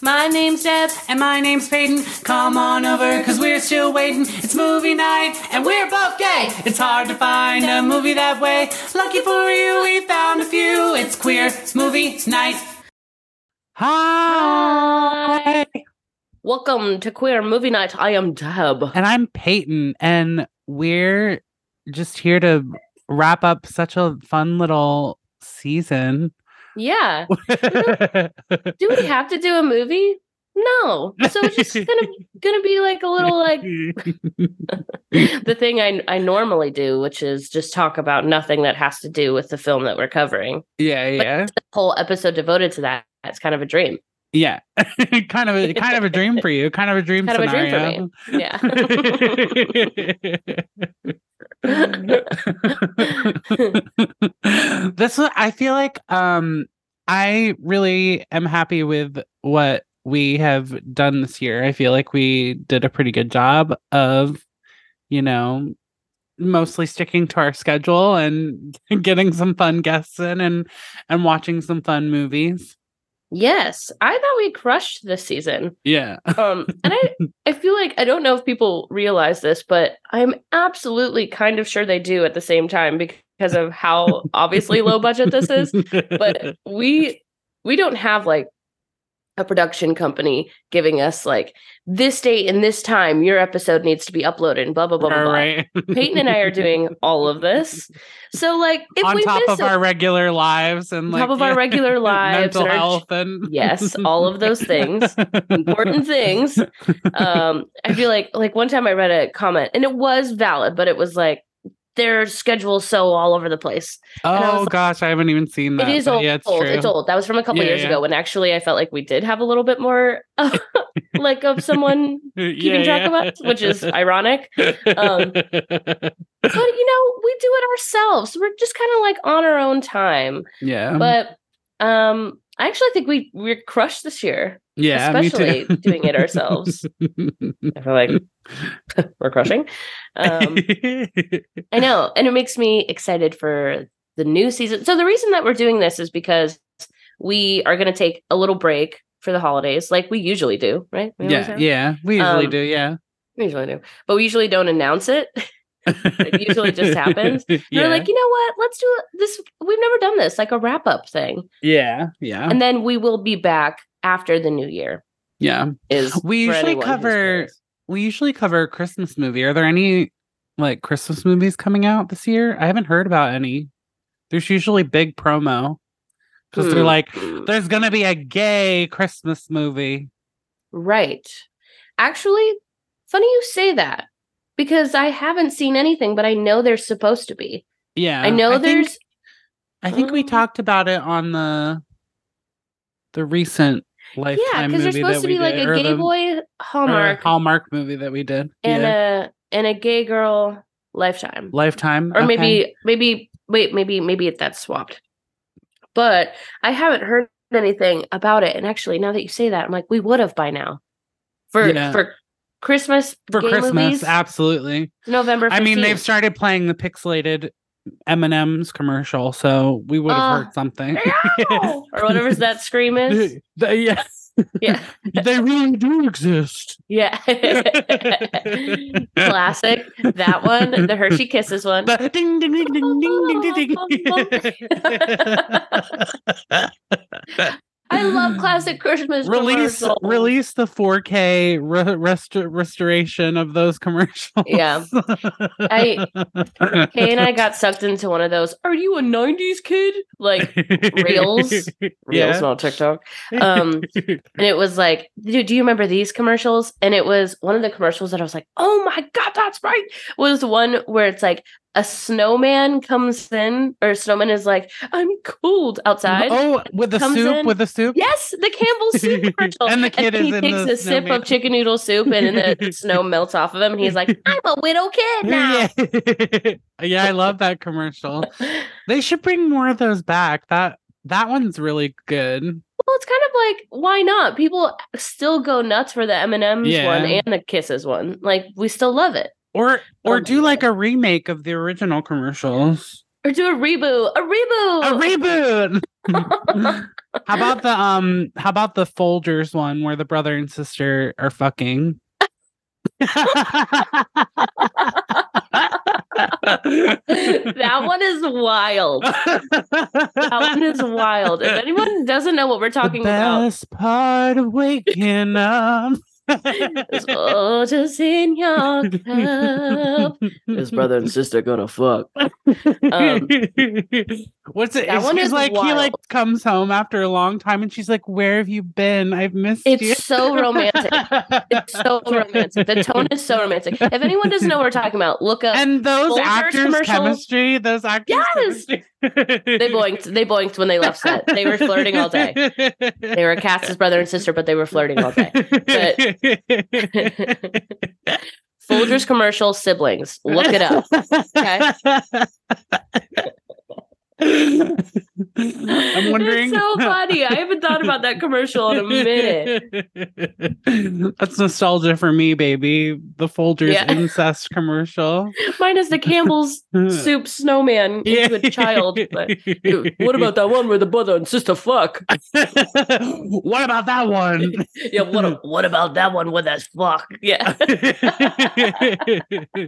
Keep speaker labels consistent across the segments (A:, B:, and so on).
A: My name's Deb. And my name's Peyton. Come on over, cause we're still waiting. It's movie night, and we're both gay. It's hard to find a movie that way. Lucky for you, we found a few. It's queer movie night. Hi!
B: Welcome to Queer Movie Night. I am Deb.
A: And I'm Peyton, and we're just here to wrap up such a fun little season.
B: Yeah. Do we have to do a movie? No. So it's just gonna gonna be like a little like the thing I I normally do, which is just talk about nothing that has to do with the film that we're covering.
A: yeah, yeah.
B: The whole episode devoted to that. It's kind of a dream.
A: Yeah. kind of a kind of a dream for you. Kind of a dream
B: Kind of a dream for
A: scenario.
B: Yeah.
A: this is, I feel like um I really am happy with what we have done this year. I feel like we did a pretty good job of you know mostly sticking to our schedule and getting some fun guests in and and watching some fun movies.
B: yes. I thought we crushed this season.
A: Yeah.
B: um and i i feel like i don't know if people realize this but i'm absolutely kind of sure they do at the same time because of how obviously low budget this is but we we don't have like a production company giving us like this date and this time your episode needs to be uploaded and blah blah blah blah,
A: All
B: blah.
A: right.
B: peyton and i are doing all of this so like if
A: on
B: we
A: top
B: miss
A: of
B: a-
A: our regular lives and
B: On
A: like
B: top of our regular lives
A: mental
B: and our-
A: health and
B: yes all of those things important things. Um, I feel like like one time I read a comment and it was valid, but it was like their schedule's so all over the place. I was
A: oh
B: like,
A: gosh, I haven't even seen that.
B: it is
A: but
B: old.
A: Yeah,
B: It's, old. It's old. That was from a couple
A: Yeah,
B: years
A: yeah.
B: ago when actually I felt like we did have a little bit more like of someone keeping track of us, which is ironic. um, But you know, we do it ourselves. We're just kind of like on our own time.
A: yeah,
B: But um I actually think we we're crushed this year,
A: yeah, me
B: especially
A: too.
B: doing it ourselves. Um, I feel like we're crushing. Um, I know. And it makes me excited for the new season. So the reason that we're doing this is because we are going to take a little break for the holidays, like we usually do, right? We always
A: yeah,
B: have-
A: yeah, we usually
B: Um,
A: do. Yeah,
B: We usually do. But we usually don't announce it.
A: it
B: usually just happens.
A: Yeah,
B: We're like, you know what? Let's do a- this. We've never done this, like a wrap up thing.
A: yeah, yeah,
B: And then we will be back after the new year.
A: yeah.
B: Is
A: We
B: for
A: usually
B: anyone who's
A: cover-
B: curious.
A: We usually cover a Christmas movie. Are there any like Christmas movies coming out this year? I haven't heard about any. There's usually big promo because they're
B: Hmm.
A: like, there's gonna be a gay Christmas movie.
B: Right. Actually, funny you say that because I haven't seen anything, but I know there's supposed to be.
A: Yeah,
B: I know
A: think-
B: there's.
A: I think we
B: Mm.
A: talked about it on the the recent lifetime
B: yeah, because
A: movie
B: there's supposed
A: that
B: to
A: we
B: be like
A: did,
B: a
A: or
B: gay
A: the-
B: boy
A: or
B: Hallmark
A: Hallmark movie that we did.
B: and
A: yeah.
B: a and a gay girl Lifetime,
A: lifetime,
B: or
A: okay.
B: maybe maybe wait maybe maybe it that's swapped. But I haven't heard anything about it. And actually, now that you say that, I'm like, we would have by now for
A: Yeah.
B: for Christmas
A: for
B: gay
A: Christmas,
B: movies,
A: absolutely.
B: November. 15th.
A: I mean, they've started playing the pixelated M and M's commercial, so we would have
B: Uh,
A: heard something.
B: Meow! Oh, or whatever that scream is.
A: They- yes,
B: Yeah.
A: they really do exist.
B: Yeah. Classic. That one, the Hershey Kisses one.
A: The ding ding ding ding ding ding ding ding.
B: I love classic Christmas
A: release
B: commercials.
A: release the 4K re- restor- restoration of those commercials.
B: Yeah. I Kay and I got sucked into one of those. Are you a '90s kid? Like Reels? Reels,
A: Yeah.
B: not TikTok. Um, and it was like, dude, do you remember these commercials? And it was one of the commercials that I was like, oh my god, that's right. Was one where it's like a snowman comes in, or snowman is like, I'm cold outside.
A: Oh, with the
B: comes
A: soup,
B: in-
A: with the soup.
B: Yes, the Campbell's soup commercial.
A: And the kid is
B: he
A: in
B: takes
A: the
B: a sip
A: snowman.
B: of chicken noodle soup, and then the snow melts off of him, and he's like, "I'm a widow kid now."
A: Yeah. yeah, I love that commercial. They should bring more of those back. That that one's really good.
B: Well, it's kind of like why not? People still go nuts for the M and M's
A: Yeah.
B: one and the Kisses one. Like we still love it.
A: Or or
B: my
A: do like a remake of the original commercials.
B: Or do a reboot.
A: A
B: A reboot.
A: reboot. how about the um how about the Folgers one where the brother and sister are fucking?
B: that one is wild. That one is wild. If anyone doesn't know what we're talking
A: the
B: about,
A: best part of waking up.
B: is water's in your cup. His brother and sister gonna fuck. Um,
A: What's it?
B: that
A: it's-
B: one
A: he's
B: is
A: like he like
B: wild.
A: comes home after a long time, and she's like, "Where have you been? I've missed you."
B: It's so romantic. It's so romantic. The tone is so romantic. If anyone doesn't know what we're talking about, look up.
A: And those
B: Folgers
A: actors'
B: commercials-
A: chemistry, those actors.
B: Yes! they boinked. They boinked when they left set. They were flirting all day. They were cast as brother and sister, but they were flirting all day. Folgers commercial siblings. Look it up. Okay.
A: I'm wondering.
B: It's so funny. I haven't thought about that commercial in a minute.
A: That's nostalgia for me, baby. The Folgers
B: Yeah.
A: incest commercial.
B: Mine is the Campbell's soup snowman into a child. But what about that one where the brother and sister fuck?
A: what about that one?
B: Yeah. What? a- what about that one with that fuck? Yeah.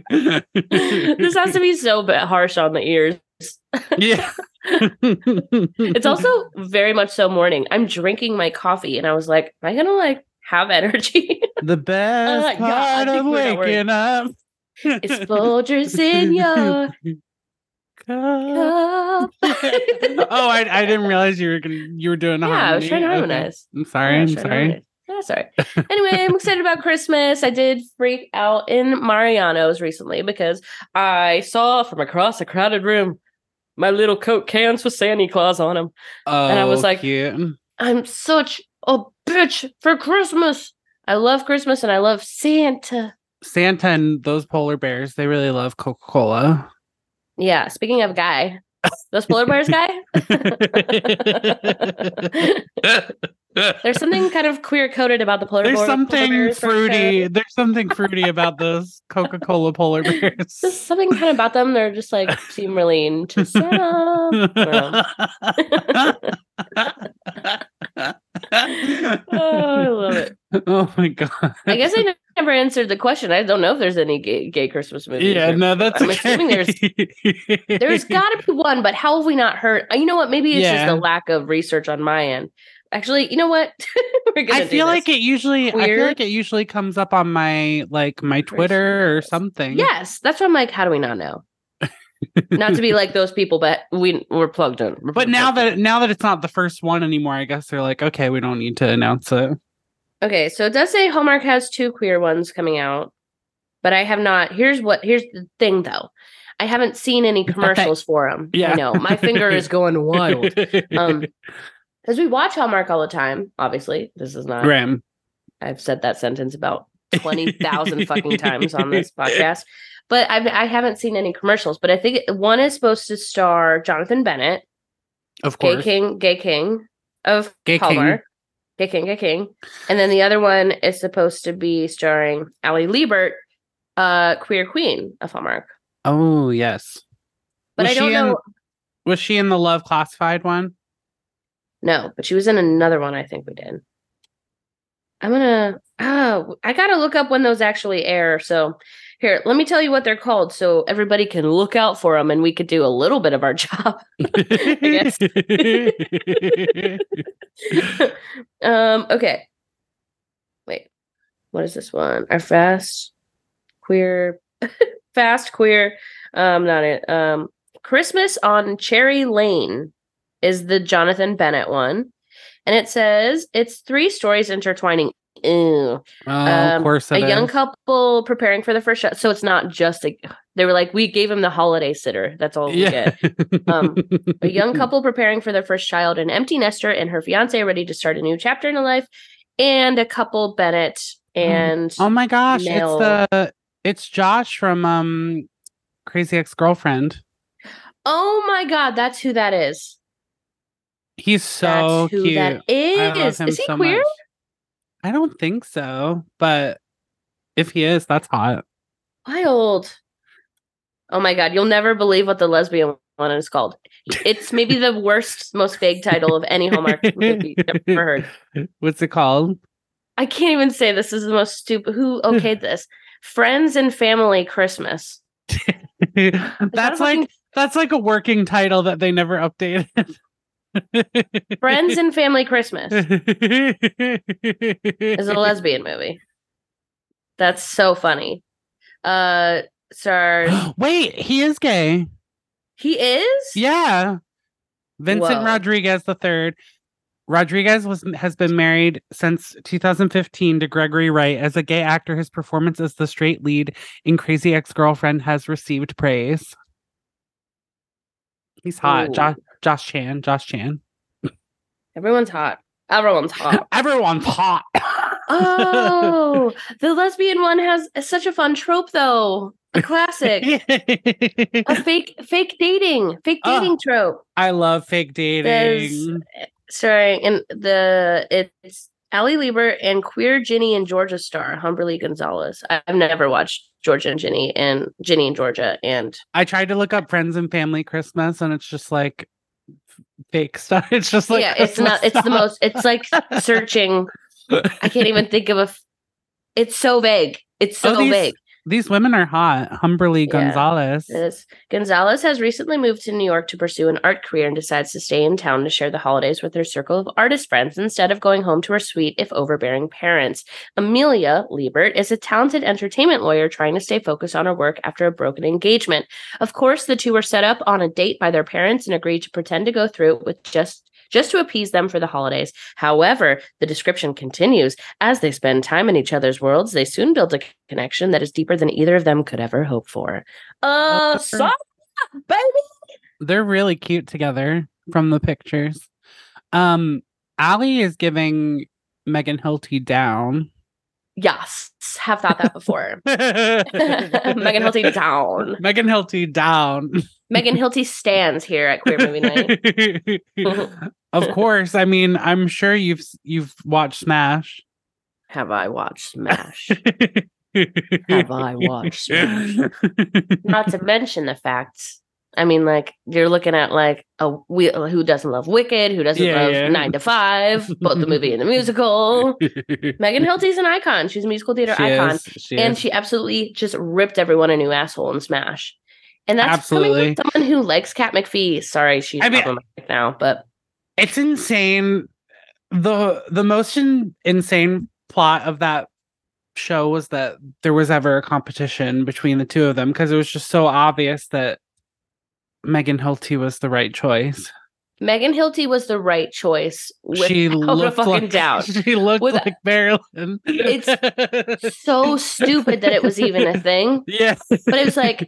B: this has to be so ba- harsh on the ears.
A: yeah.
B: It's also very much so morning. I'm drinking my coffee, and I was like, am I gonna like have energy?
A: the best
B: Uh, yeah, I
A: part
B: think
A: of
B: we're not worried.
A: waking up.
B: it's Folgers in your
A: Cup.
B: cup.
A: oh, I, I didn't realize you were gonna, you were doing a
B: Yeah, I
A: harmony.
B: was trying to
A: Okay.
B: harmonize.
A: I'm sorry.
B: Yeah,
A: I'm
B: sure, no
A: sorry.
B: worries. Yeah, sorry. Anyway, I'm excited about Christmas. I did freak out in Mariano's recently because I saw from across a crowded room my little coat cans with Santa Claus on them.
A: Oh,
B: I was like-
A: cute.
B: I'm such a bitch for Christmas. I love Christmas and I love Santa.
A: Santa and those polar bears, they really love Coca Cola.
B: Yeah, speaking of guy, those polar bears guy, there's something kind of queer coded about the polar
A: There's
B: bear- polar
A: something
B: bears for sure.
A: fruity. There's something fruity about those Coca Cola polar
B: There's
A: bears.
B: something kind of about them. They're just like seem really into Santa. Oh, I love it.
A: oh my god!
B: I guess I never answered the question. I don't know if there's any gay, gay Christmas movies.
A: yeah,
B: or-
A: no, that's
B: I'm
A: okay.
B: assuming There's got to be one, but how have we not heard? Uh, You know what? Maybe it's
A: Yeah.
B: just the lack of research on my end. Actually, you know what? We're gonna
A: I feel like it usually. I feel
B: Queer.
A: like it usually comes up on my like my Twitter or
B: Christmas.
A: something.
B: Yes, that's why I'm like, how do we not know? not to be like those people, but we we're plugged in. We're
A: But
B: plugged
A: now
B: in.
A: that now that it's not the first one anymore, I guess they're like, okay, we don't need to announce it.
B: Okay, so it does say Hallmark has two queer ones coming out, but I have not. Here's what. Here's the thing, though. I haven't seen any
A: that-
B: commercials for them.
A: Yeah.
B: I know my finger is going wild. Um, because we watch Hallmark all the time. Obviously, this is not.
A: Grim.
B: I've said that sentence about twenty thousand fucking times on this podcast, but I've I haven't seen any commercials. But I think it- one is supposed to star Jonathan Bennett,
A: Of
B: gay
A: course.
B: king, gay king of
A: Gay king.
B: Hallmark. Gay King, Gay King. And then the other one is supposed to be starring Ali Liebert, uh, queer queen of Hallmark.
A: Oh yes.
B: But
A: Was
B: I don't
A: she in-
B: know.
A: Was she in the Love Classified one?
B: No, but she was in another one. I think we did. I'm gonna. Oh, I gotta look up when those actually air. So here, let me tell you what they're called, so everybody can look out for them, and we could do a little bit of our job. guess. um. Okay. Wait. What is this one? Our fast queer, fast queer. Um. Not it. Um. Christmas on Cherry Lane is the Jonathan Bennett one, and it says it's three stories intertwining ew.
A: Oh,
B: Um,
A: of course,
B: a
A: it
B: young
A: is.
B: couple preparing for the first shot. So it's not just a. They were like, we gave him the holiday sitter. That's all we get. Um, A
A: Mm-hmm.
B: young couple preparing for their first child, an empty nester, and her fiance ready to start a new chapter in her life, and a couple Bennett and
A: Oh my gosh,
B: male-
A: it's the it's Josh from um Crazy Ex Girlfriend.
B: oh my god, that's who that is.
A: He's so
B: that's who
A: cute.
B: that
A: I love
B: is.
A: him
B: Is he
A: so
B: queer?
A: much. I don't think so, but if he is, that's hot.
B: Wild. Oh my god, you'll never believe what the lesbian one is called. It's maybe the worst, most vague title of any Hallmark movie I've ever heard.
A: What's it called?
B: I can't even say this is the most stupid. Who okayed this? Friends and family Christmas. Is that a
A: that's like
B: fucking-
A: that's like a working title that they never updated.
B: Friends and Family Christmas
A: is
B: is a lesbian movie. That's so funny. Uh, sorry,
A: Wait, he is gay.
B: he is.
A: Yeah. Vincent
B: Whoa.
A: Rodriguez the third. Rodriguez was has been married since 2015 to Gregory Wright. As a gay actor, his performance as the straight lead in Crazy Ex-Girlfriend has received praise. He's hot.
B: Ooh.
A: Josh, Josh Chan. Josh Chan.
B: everyone's hot. Everyone's hot.
A: Everyone's hot.
B: Oh, the lesbian one has such a fun trope though. A classic. a fake fake dating. Fake
A: Oh.
B: dating trope.
A: I love fake
B: There's-
A: dating.
B: Sorry, and the it's Ali Lieber and Queer Ginny and Georgia star Humberly Gonzalez. I- I've never watched Georgia and Ginny and Ginny and Georgia and
A: I tried to look up friends and family Christmas, and it's just like f- fake stuff. It's just like
B: yeah, it's not.
A: Christmas
B: It's the
A: stuff.
B: most. It's like searching. I can't even think of a. f- It's so vague. It's so
A: Oh, these-
B: vague.
A: These women are hot. Humberly
B: Yeah.
A: Gonzalez.
B: This Gonzalez has recently moved to New York to pursue an art career and decides to stay in town to share the holidays with her circle of artist friends instead of going home to her sweet, if overbearing, parents. Amelia Liebert is a talented entertainment lawyer trying to stay focused on her work after a broken engagement. Of course, the two were set up on a date by their parents and agreed to pretend to go through it with just just to appease them for the holidays. However, the description continues. As they spend time in each other's worlds, they soon build a connection that is deeper than either of them could ever hope for. Uh,
A: Mother.
B: sorry, baby.
A: They're really cute together from the pictures. Um, Allie is giving Megan Hilty down.
B: Yes, have thought that before. Megan Hilty down.
A: Megan Hilty down.
B: Megan Hilty stands here at Queer Movie Night.
A: of course. I mean, I'm sure you've s- you've watched Smash.
B: Have I watched Smash? Have I watched Smash? Not to mention the fact, I mean, like you're looking at like a we, uh, who doesn't love Wicked, who doesn't
A: Yeah,
B: love
A: yeah.
B: Nine to Five, both the movie and the musical. Megan Hilty's an icon. She's a musical theater
A: She
B: icon.
A: is, she
B: and
A: is.
B: she absolutely just ripped everyone a new asshole in Smash. And that's coming
A: Absolutely.
B: from someone who likes Kat McPhee. Sorry, she's
A: I mean-
B: problematic now, but
A: it's insane. the The most in, insane plot of that show was that there was ever a competition between the two of them because it was just so obvious that Megan Hilty was the right choice.
B: Megan Hilty was the right choice
A: she
B: without a
A: looked
B: fucking
A: like,
B: doubt.
A: She looked
B: With-
A: like Marilyn. It's
B: so stupid that it was even a thing.
A: yeah,
B: But it was like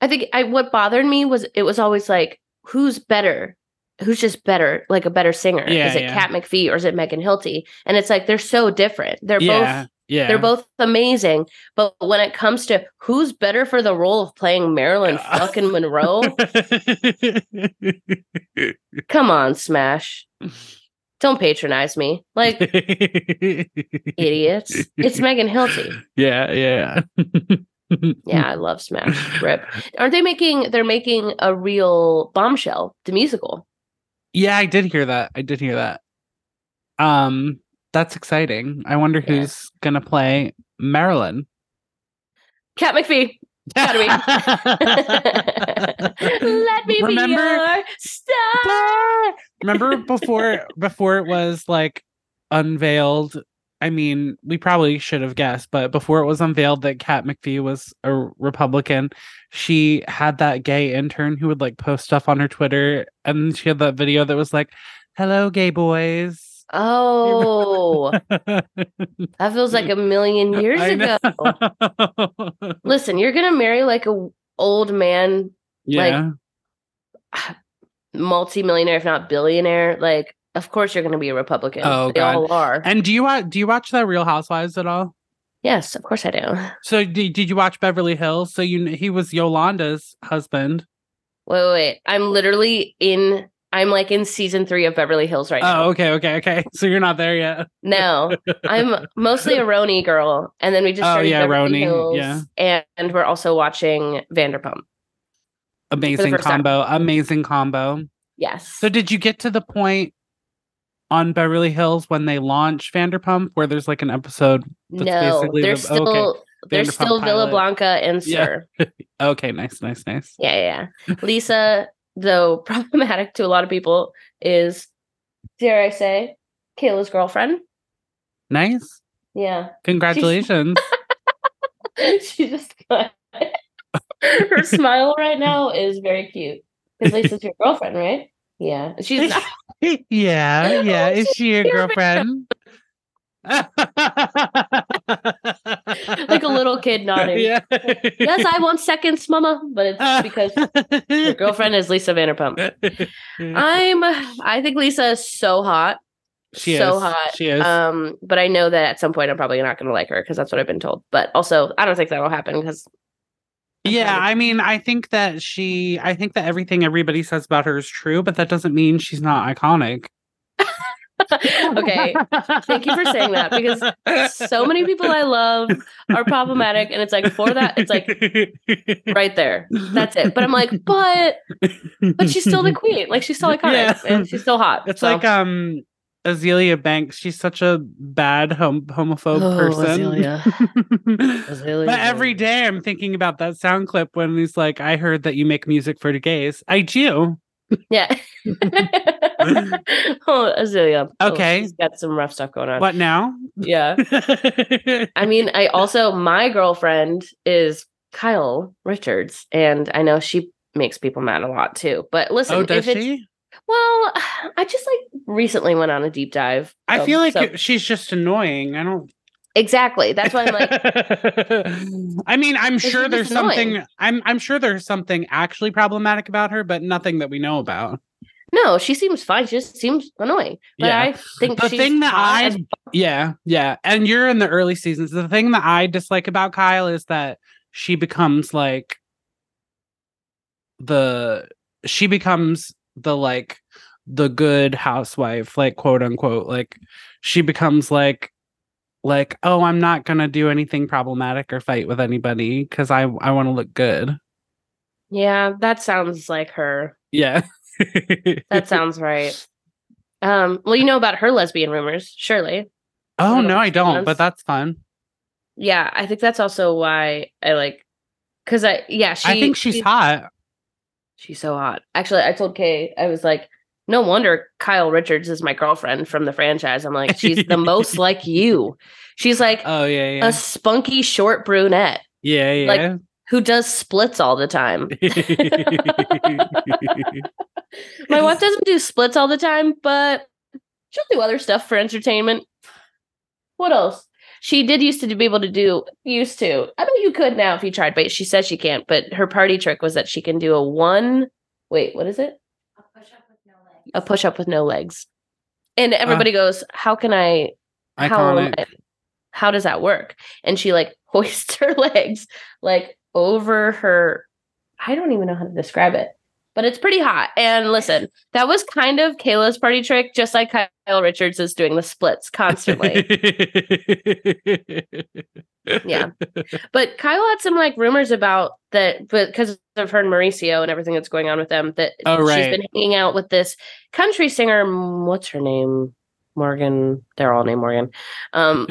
B: I think I what bothered me was it was always like who's better? Who's just better? Like a better singer?
A: Yeah,
B: is it
A: yeah.
B: Kat McPhee or is it Megan Hilty? And it's like they're so different. They're both
A: yeah, yeah.
B: They're both amazing, but when it comes to who's better for the role of playing Marilyn
A: Yeah.
B: fucking Monroe, come on, Smash. Don't patronize me. Like idiots. It's Megan Hilty.
A: Yeah, yeah.
B: Yeah, I love Smash. Rip. Aren't they making they're making a real bombshell, the musical.
A: Yeah, I did hear that. I did hear that. Um, that's exciting. I wonder
B: Yeah.
A: who's gonna play Marilyn.
B: Cat McPhee. Gotta Let me be
A: remember,
B: your star.
A: remember before before it was like unveiled. I mean, we probably should have guessed, but before it was unveiled that Kat McPhee was a Republican, she had that gay intern who would like post stuff on her Twitter, and she had that video that was like, "Hello, gay boys."
B: Oh, that feels like a million years
A: I
B: ago.
A: know.
B: Listen, you're gonna marry like a old man,
A: yeah.
B: multi-millionaire, if not billionaire. Like, of course you're gonna be a Republican.
A: Oh,
B: they
A: God.
B: all are.
A: and do you wa- do you watch that Real Housewives at all?
B: yes, of course I do.
A: So did, did you watch Beverly Hills? So you kn- he was Yolanda's husband.
B: Wait, wait, wait. I'm literally in. I'm like in season three of Beverly Hills right now.
A: Oh, okay, okay, okay. So you're not there yet.
B: No, I'm mostly a Roni girl, and then we just
A: Oh,
B: started
A: yeah,
B: Beverly
A: Roni,
B: Hills,
A: yeah.
B: and, and we're also watching Vanderpump.
A: Amazing
B: first time.
A: combo. Amazing combo.
B: Yes.
A: So did you get to the point on Beverly Hills when they launch Vanderpump where there's like an episode? that's
B: no,
A: basically
B: they're
A: the-
B: still
A: okay.
B: they're
A: Vanderpump
B: still Villa
A: pilot.
B: Blanca and
A: Yeah.
B: Sir.
A: Okay, nice, nice, nice.
B: Yeah, yeah. yeah. Lisa, though problematic to a lot of people, is dare I say Kayla's girlfriend.
A: Nice.
B: Yeah,
A: Congratulations.
B: she just got her smile right now is very cute because Lisa's your girlfriend, right? Yeah, she's not.
A: yeah, yeah. Is she your
B: She's my
A: girlfriend?
B: like
A: like
B: a little kid nodding.
A: Yeah.
B: Yes, I want seconds, mama, but it's because your girlfriend is Lisa Vanderpump. I'm I think Lisa is so hot.
A: she
B: so
A: is.
B: hot.
A: She is.
B: Um, but I know that at some point I'm probably not gonna like her because that's what I've been told. But also I don't think that'll happen because
A: yeah, I mean, I think that she, I think that everything everybody says about her is true, but that doesn't mean she's not iconic.
B: okay. Thank you for saying that, because So many people I love are problematic, and it's like for that, it's like right there. That's it. But I'm like, but but she's still the queen. Like she's still iconic
A: Yeah.
B: and she's still hot.
A: It's
B: So-
A: like um Azealia Banks. She's such a bad hom- homophobe
B: Oh,
A: person.
B: Azealia. Azealia.
A: but every day I'm thinking about that sound clip when he's like, "I heard that you make music for the gays." I do.
B: Yeah. oh, Azealia. Oh,
A: Okay.
B: she's got some rough stuff going on.
A: What now? Oh,
B: Yeah. I mean, I also, my girlfriend is Kyle Richards, and I know she makes people mad a lot too. But listen,
A: oh, does
B: if it's,
A: she?
B: well, I just like recently went on a deep dive.
A: I
B: um,
A: feel like
B: so-
A: it- she's just annoying. I don't.
B: exactly. That's why I'm like,
A: I mean, I'm
B: she's
A: sure
B: just
A: there's something.
B: annoying.
A: I'm I'm sure there's something actually problematic about her, but nothing that we know about.
B: no, she seems fine. She just seems annoying. But
A: Yeah.
B: I think
A: The
B: she's
A: thing that
B: hot
A: I-
B: as-
A: Yeah, yeah. And you're in the early seasons. The thing that I dislike about Kyle is that she becomes like the she becomes the like the good housewife, like quote unquote. Like she becomes like like oh, I'm not going to do anything problematic or fight with anybody cuz I I want to look good.
B: yeah, that sounds like her.
A: Yeah.
B: That sounds right. Um, well, you know about her lesbian rumors, surely.
A: Oh
B: one of
A: no,
B: the
A: I don't,
B: ones.
A: but that's fun.
B: Yeah, I think that's also why I like because I yeah, she
A: I think she's
B: she-
A: hot.
B: She's so hot. Actually, I told Kay, I was like, no wonder Kyle Richards is my girlfriend from the franchise. I'm like, she's the most like you. She's like
A: Oh yeah, yeah.
B: a spunky short brunette
A: yeah, yeah.
B: like, who does splits all the time. My wife doesn't do splits all the time, but she'll do other stuff for entertainment. What else? She did used to be able to do used to. I bet you could now if you tried, but she says she can't. But her party trick was that she can do a one. Wait, what is it? A push up with no legs. And everybody goes, "How can I? How, am
A: Iconic.
B: I- how does that work?" And she like hoists her legs like over her. I don't even know how to describe it, but it's pretty hot. And listen, that was kind of Kayla's party trick, just like Kyle Richards is doing the splits constantly. yeah. But Kyle had some like rumors about that, but because of her and Mauricio and everything that's going on with them, that
A: Oh,
B: she's
A: right.
B: been hanging out with this country singer. mm, What's her name? Morgan. They're all named Morgan. Um,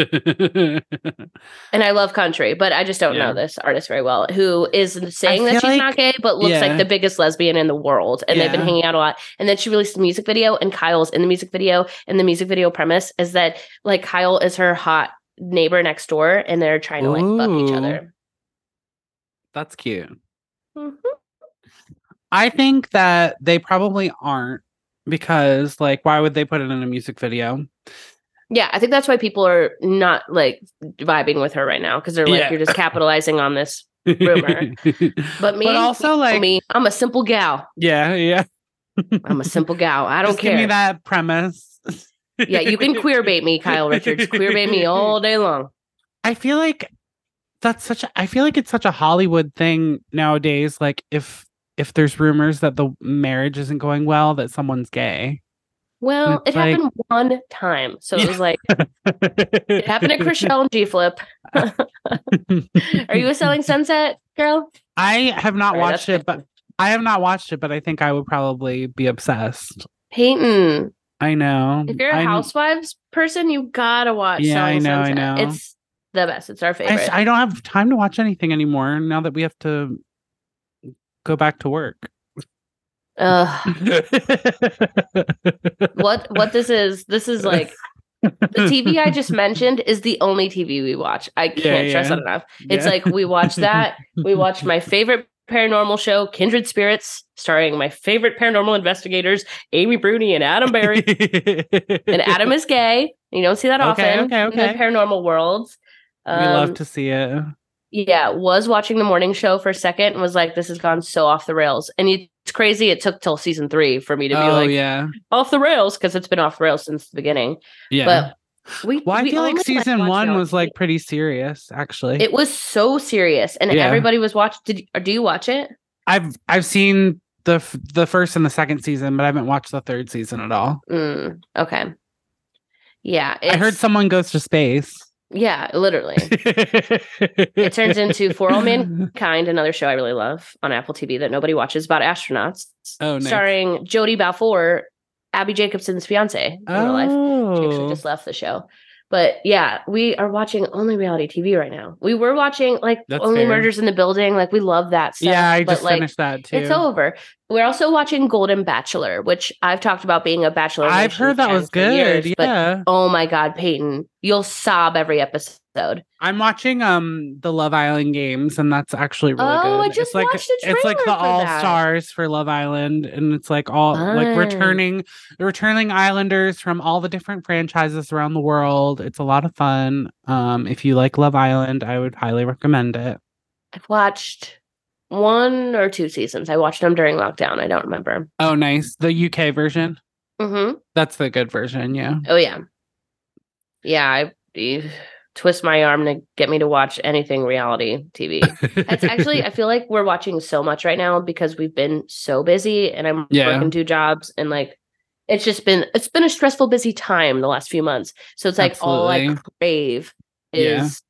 B: and I love country, but I just don't
A: Yeah.
B: know this artist very well. Who is saying that she's
A: feel
B: not gay, but looks
A: yeah.
B: like the biggest lesbian in the world, and they've
A: Yeah.
B: been hanging out a lot. And then she released a music video, and Kyle's in the music video. And the music video premise is that like Kyle is her hot neighbor next door, and they're trying to like fuck each
A: Ooh.
B: other.
A: That's cute.
B: Mhm.
A: I think that they probably aren't because, like, why would they put it in a music video?
B: Yeah, I think that's why people are not like vibing with her right now because they're like,
A: Yeah.
B: you're just capitalizing on this. Rumor. But me,
A: but also like
B: me, I'm a simple gal.
A: yeah, yeah.
B: I'm a simple gal. I don't
A: Just
B: care.
A: Give me that premise.
B: Yeah, you can queer bait me, Kyle Richards. Queer bait me all day long.
A: I feel like that's such a, I feel like it's such a Hollywood thing nowadays like if if there's rumors that the marriage isn't going well that someone's gay.
B: Well,
A: It's
B: it
A: like-
B: happened one time. So it
A: Yeah.
B: was like,
A: it
B: it happened at Chriselle and G Flip. Are you a Selling Sunset girl?
A: I have not
B: Sorry,
A: watched
B: that's
A: it but I have not watched it but I think I would probably be obsessed.
B: Peyton,
A: I know.
B: if you're a
A: I-
B: Housewives person, you gotta watch
A: Yeah, I
B: Selling
A: know, I
B: Sunset.
A: know.
B: It's the best. It's our
A: I,
B: favorite.
A: s- I don't have time to watch anything anymore now that we have to go back to work.
B: Ugh. What what this is? This is like the TV I just mentioned is the only TV we watch. I can't stress
A: yeah.
B: that enough. It's like we watch that. We watch my favorite paranormal show, Kindred Spirits, starring my favorite paranormal investigators, Amy Bruni and Adam Barry. and Adam is gay. You don't see that
A: Okay,
B: often
A: okay,
B: in
A: okay.
B: the paranormal world.
A: we
B: Um,
A: love to see it.
B: yeah, was watching the morning show for a second and was like, this has gone so off the rails. And it's crazy. It took till season three for me to be
A: Oh
B: like,
A: yeah,
B: off the rails because it's been off the rails since the beginning.
A: yeah.
B: But we,
A: well, I
B: we
A: feel like
B: only
A: season
B: watching
A: one
B: on
A: was like
B: TV.
A: pretty serious, actually.
B: it was so serious, and
A: Yeah.
B: everybody was watching. Did or do you watch it?
A: I've I've seen the f- the first and the second season, but I haven't watched the third season at all.
B: Mm, okay. Yeah,
A: I heard
B: it's-
A: someone goes to space.
B: Yeah, literally.
A: it
B: turns into For All Kind, another show I really love on Apple TV that nobody watches about astronauts.
A: Oh, nice.
B: starring Jodie Balfour, Abby Jacobson's fiance in real life. She actually
A: Oh,
B: just left the show. But yeah, we are watching only reality TV right now. We were watching like
A: That's
B: only
A: fair.
B: murders in the building. Like we love that stuff.
A: yeah. I
B: but,
A: just
B: like,
A: finished that too.
B: It's over. We're also watching Golden Bachelor, which I've talked about being a bachelor.
A: I've
B: Nation
A: heard that
B: fan
A: was
B: for
A: good.
B: years, But
A: yeah,
B: oh my God, Peyton, you'll sob every episode.
A: I'm watching um the Love Island games, and that's actually really
B: Oh,
A: good.
B: I
A: it's
B: just
A: like
B: watched a
A: it's like the
B: trailer for
A: All
B: that.
A: Stars for Love Island, and it's like all like
B: Fun.
A: returning returning Islanders from all the different franchises around the world. It's a lot of fun. Um, if you like Love Island, I would highly recommend it.
B: I've watched one or two seasons. I watched them during lockdown. I don't remember.
A: Oh, nice. The UK version.
B: hmm
A: That's the good version. Yeah.
B: Oh yeah, yeah. I eh, twist my arm to get me to watch anything reality TV. It's actually I feel like we're watching so much right now because we've been so busy, and I'm
A: Yeah.
B: working two jobs, and like it's just been it's been a stressful, busy time the last few months. So it's like all I
A: Absolutely.
B: crave
A: Yeah.
B: is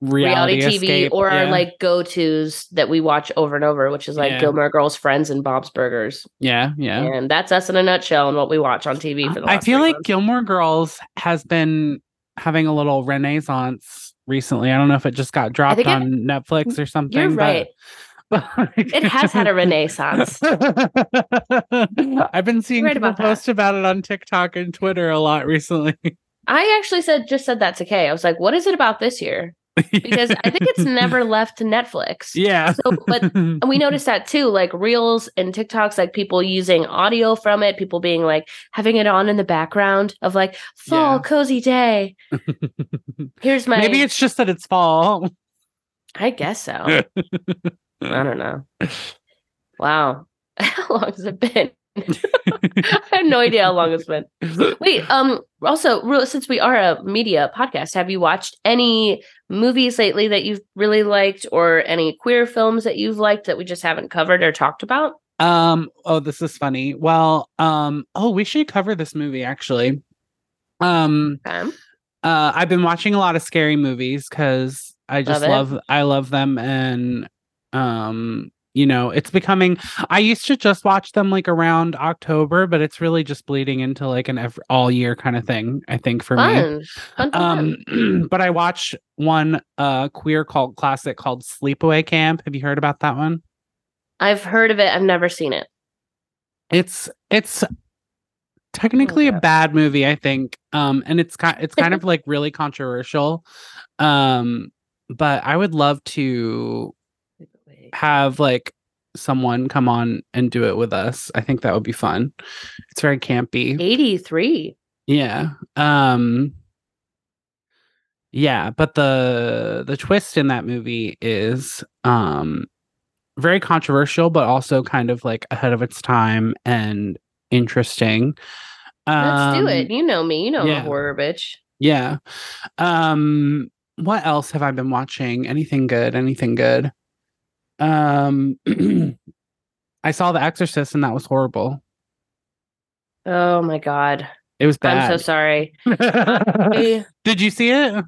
B: reality, TV
A: escape,
B: or our
A: yeah.
B: like go tos that we watch over and over, which is like
A: Yeah.
B: Gilmore Girls, Friends, and Bob's Burgers,
A: yeah yeah.
B: and that's us in a nutshell and what we watch on TV for the.
A: I
B: Last
A: feel
B: three
A: like
B: months.
A: Gilmore Girls has been having a little renaissance recently. I don't know if it just got dropped
B: think it-
A: on Netflix or something.
B: You're
A: but-
B: right.
A: But,
B: It has had a renaissance.
A: I've been seeing
B: right
A: people
B: about that.
A: post about it on TikTok and Twitter a lot recently.
B: I actually said just said that to Kay. I was like, "What is it about this year?" Because I think it's never left to Netflix.
A: yeah.
B: So, but and we noticed that too, like reels and TikToks, like people using audio from it, people being like having it on in the background of like fall
A: Yeah.
B: cozy day. Here's my.
A: maybe it's just that it's fall.
B: I guess so. I don't know. Wow, how long has it been? I have no idea how long it's been. Wait, um also real since we are a media podcast, have you watched any movies lately that you've really liked or any queer films that you've liked that we just haven't covered or talked about?
A: Um, oh, this is funny. Well, um, oh, we should cover this movie actually. Um,
B: Okay.
A: uh, I've been watching a lot of scary movies because I just
B: Love
A: love,
B: it.
A: I love them and um you know it's becoming I used to just watch them like around October but it's really just bleeding into like an ev- all year kind of thing I think for me
B: Fun. Fun, fun, fun.
A: um but I watch one uh queer cult classic called Sleepaway Camp have you heard about that one
B: I've heard of it, I've never seen it.
A: it's it's technically a
B: God.
A: bad movie i think um and it's kind it's kind of like really controversial um but i would love to have like someone come on and do it with us i think that would be fun it's very campy
B: 83.
A: Yeah. Um Yeah, but the the twist in that movie is um very controversial but also kind of like ahead of its time and interesting.
B: Let's do
A: Um,
B: it. You know me. You know I'm
A: yeah.
B: a horror bitch.
A: Yeah. Um what else have I been watching? Anything good? Anything good? Um I saw The Exorcist and that was horrible.
B: Oh my god.
A: It was
B: I'm so
A: bad.
B: sorry. Eh,
A: Did you see it?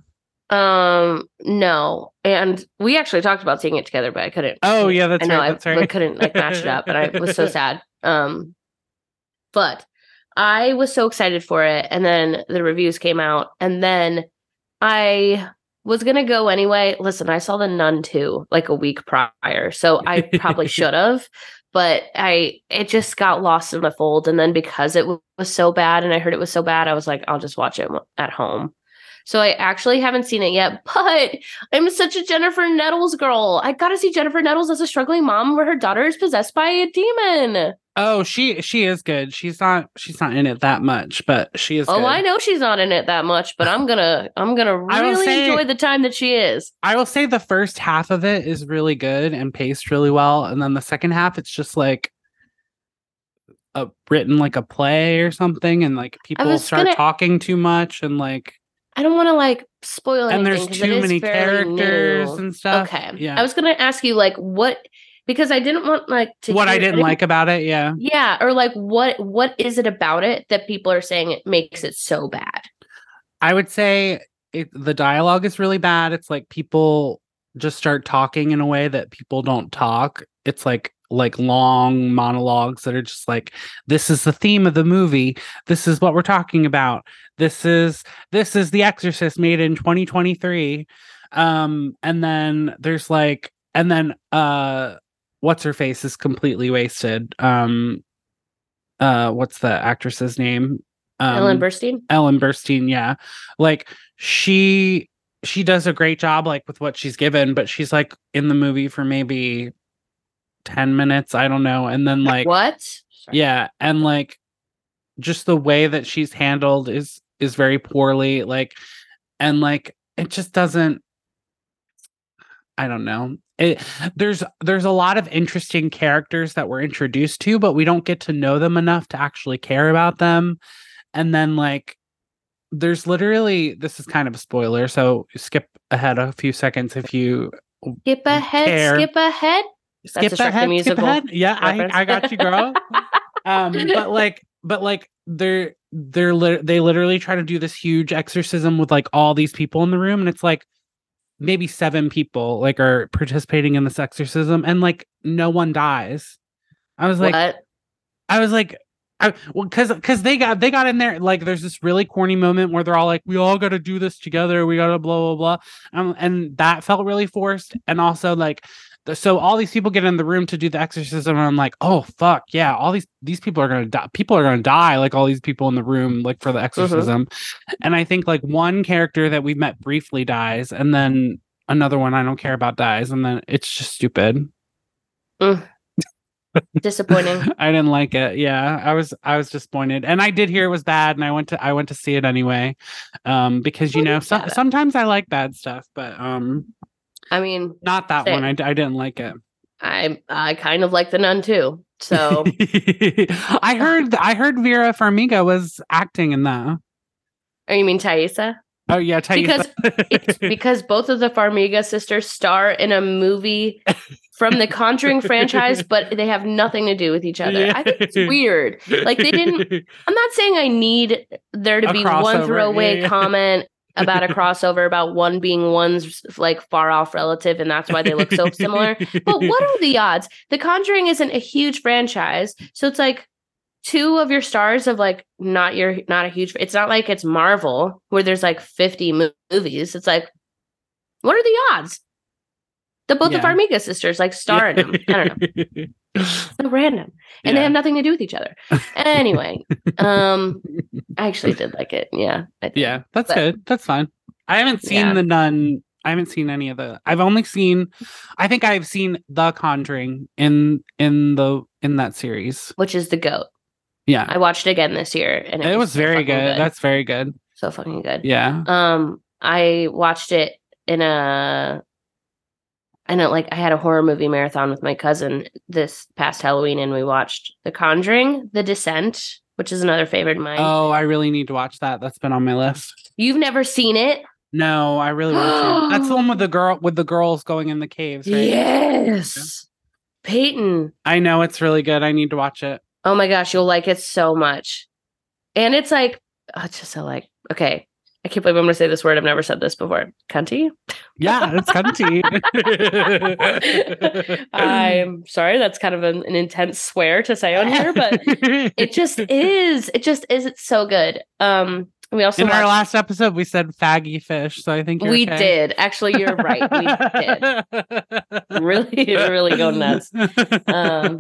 B: um, no. And we actually talked about seeing it together, but I couldn't.
A: Oh, yeah, that's
B: I know
A: right,
B: I,
A: that's right.
B: I couldn't like match it up, and I was so sad. Um, but I was so excited for it, and then the reviews came out, and then I was gonna go anyway. Listen, I saw the Nun too, like a week prior, so I probably should have, but I it just got lost in the fold, and then because it w- was so bad, and I heard it was so bad, I was like, I'll just watch it w- at home. So I actually haven't seen it yet, but I'm such a Jennifer Nettles girl. I gotta see Jennifer Nettles as a struggling mom where her daughter is possessed by a demon.
A: Oh, she she is good. She's not she's not in it that much, but she is.
B: oh,
A: good.
B: I know she's not in it that much, but I'm gonna I'm gonna
A: I will
B: really
A: say-
B: enjoy the time that she is.
A: I will say the first half of it is really good and paced really well, and then the second half it's just like a written like a play or something, and like people
B: was
A: start
B: gonna-
A: talking too much and like
B: I don't wanna like spoil anything.
A: and there's
B: 'cause it
A: too
B: is
A: many
B: fairly new.
A: characters and stuff.
B: Okay.
A: yeah.
B: I was gonna ask you like what because I didn't want like to
A: what I
B: hear-
A: didn't like about it, yeah.
B: Yeah, or like what what is it about it that people are saying it makes it so bad?
A: I would say it, the dialogue is really bad. It's like people just start talking in a way that people don't talk. It's like like long monologues that are just like this is the theme of the movie. This is what we're talking about. This is this is The Exorcist made in 2023. Um and then there's like and then uh what's her face is completely wasted. Um uh what's the actress's name? Um,
B: Ellen Burstein?
A: Ellen Burstyn, yeah. Like she she does a great job like with what she's given, but she's like in the movie for maybe 10 minutes, I don't know, and then like
B: what?
A: yeah, and like just the way that she's handled is is very poorly like and like it just doesn't I don't know. It, there's there's a lot of interesting characters that we're introduced to, but we don't get to know them enough to actually care about them. And then like there's literally this is kind of a spoiler, so skip ahead a few seconds if you
B: Skip ahead,
A: Care.
B: skip ahead.
A: skip
B: a Shrek the
A: ahead, skip
B: Musical
A: ahead. Yeah, I,
B: reference.
A: I got you, girl. um, but like, but like, they're they're lit they literally try to do this huge exorcism with like all these people in the room, and it's like maybe seven people like are participating in this exorcism, and like no one dies. I was like,
B: what?
A: I was like, I, well, because because they got they got in there like there's this really corny moment where they're all like, we all got to do this together. We got to blah blah blah, um, and that felt really forced. And also like, the, so all these people get in the room to do the exorcism, and I'm like, oh fuck yeah, all these these people are gonna die. People are gonna die. Like all these people in the room like for the exorcism, and I think like one character that we met briefly dies, and then another one I don't care about dies, and then it's just stupid.
B: Disappointing.
A: I didn't like it. Yeah, I was I was disappointed, and I did hear it was bad, and I went to I went to see it anyway, um, because you
B: Well,
A: know
B: that's
A: so,
B: bad.
A: sometimes I like bad stuff, but um,
B: I mean,
A: not that one. I, d- I didn't like it.
B: I I kind of like the nun too. So
A: I heard I heard Vera Farmiga was acting in that.
B: or you mean Thaisa?
A: Oh yeah, Thaisa.
B: Because It's because both of the Farmiga sisters star in a movie from the Conjuring franchise, but they have nothing to do with each other. I think it's
A: Yeah.
B: weird. like, they didn't- I'm not saying I need there to
A: A
B: be
A: crossover,
B: one throwaway
A: yeah, yeah.
B: comment about a crossover about one being one's like far off relative, and that's why they look so similar. but what are the odds? The Conjuring isn't a huge franchise, so it's like two of your stars of like not your not a huge. It's not like it's Marvel where there's like fifty mo- movies. It's like what are the odds? The both of
A: Yeah.
B: our Farmiga sisters like star in them. I don't know.
A: know.
B: So random, and they have nothing to do with each other. Anyway, um, I actually did like it. Yeah, I did.
A: Yeah, that's
B: But-
A: good. That's fine. I haven't seen
B: Yeah.
A: the nun. I haven't seen any of the. I've only seen. I think I've seen The Conjuring in in the in that series.
B: which is the goat.
A: Yeah.
B: I watched it again this year, and
A: It, was,
B: so
A: very
B: fucking
A: good. That's very good.
B: so fucking good.
A: Yeah.
B: Um, I watched it in a. I know, like I had a horror movie marathon with my cousin this past Halloween, and we watched The Conjuring, The Descent, which is another favorite of mine.
A: Oh, I really need to watch that. That's been on my list.
B: You've never seen it?
A: No, I really want to. That's the one with the girl with the girls going in the caves, right?
B: Yes, Peyton.
A: I know it's really good. I need to watch it.
B: Oh my gosh, you'll like it so much. And it's like, oh, it's just so like, okay, I can't believe I'm going to say this word. I've never said this before. Cunty.
A: Yeah, it's cunty.
B: I'm sorry. That's kind of an, an intense swear to say on here, but it just is. It just is. It's so good. Um, we also
A: in our
B: watched-
A: last episode we said faggy fish, so I think you're
B: we
A: okay.
B: did actually. You're right. We did. Really, really go nuts. Um,